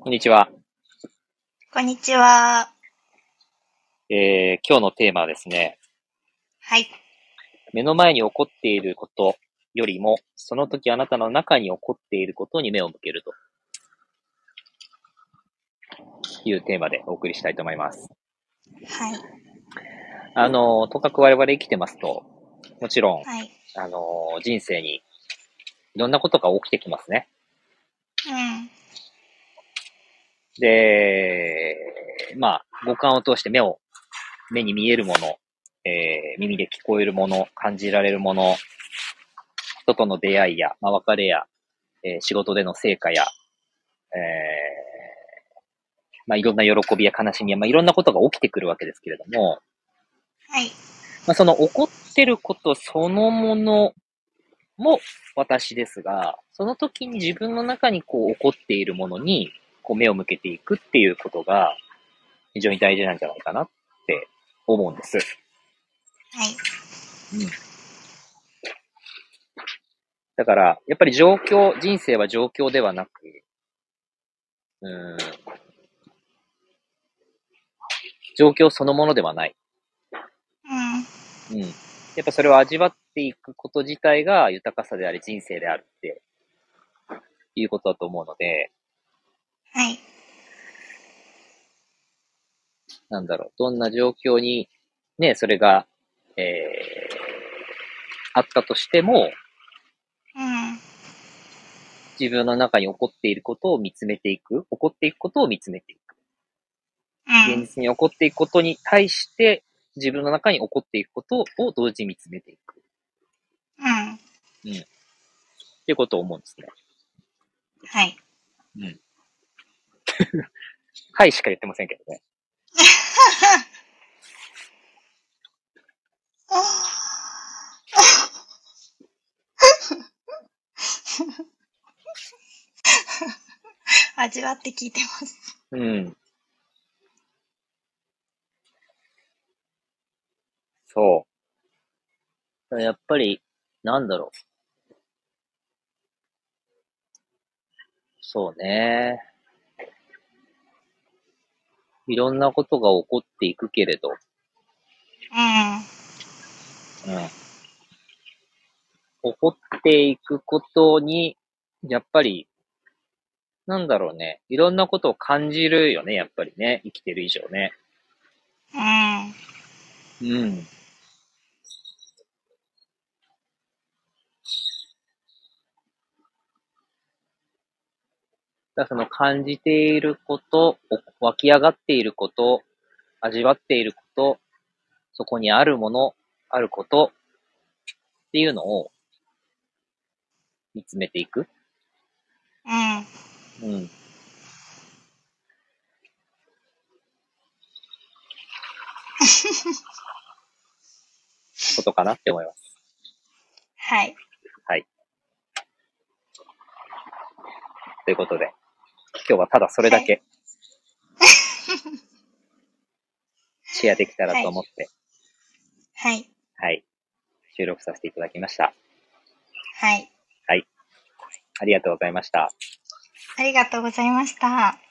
こんにちは。こんにちは。えー、今日のテーマはですね、はい。目の前に起こっていることよりも、その時あなたの中に起こっていることに目を向けるというテーマでお送りしたいと思います。はい。あのー、とかく我々生きてますと、もちろん、はい。あのー、人生にいろんなことが起きてきますね。うん。で、まあ、五感を通して目を、目に見えるもの、えー耳で聞こえるもの、感じられるもの、人との出会いや、まあ、別れや、えー仕事での成果や、えーまあ、いろんな喜びや悲しみや、まあ、いろんなことが起きてくるわけですけれども、はい。まあ、その起こってることそのものも私ですが、その時に自分の中にこう起こっているものにこう目を向けていくっていうことが非常に大事なんじゃないかなって思うんです。はい。だから、やっぱり状況、人生は状況ではなく、うーん、状況そのものではない。うん。うん。やっぱそれを味わっていくこと自体が豊かさであり人生であるっていうことだと思うので、はい。なんだろう、どんな状況にね、それが、えー、あったとしても、うん。自分の中に起こっていることを見つめていく、起こっていくことを見つめていく。う現ん。実に起こっていくことに対して、自分の中に起こっていくことを同時に見つめていく。っうん。ていうことを思うんですね。はい。はいしか言ってませんけどね。あー味わって聞いてます。うん。そう。やっぱり、なんだろう。そうね。いろんなことが起こっていくけれど、ううん。起こっていくことに、やっぱり、なんだろうね。いろんなことを感じるよね、やっぱりね。生きてる以上ね。ん。うん。うん。だからその感じていること、お湧き上がっていること、味わっていること、そこにあるもの、あることっていうのを見つめていく。うん。うん。ことかなって思います。はい。ということで、今日はただそれだけ、シェアできたらと思って、はい。はい、収録させていただきました。はい。ありがとうございました。ありがとうございました。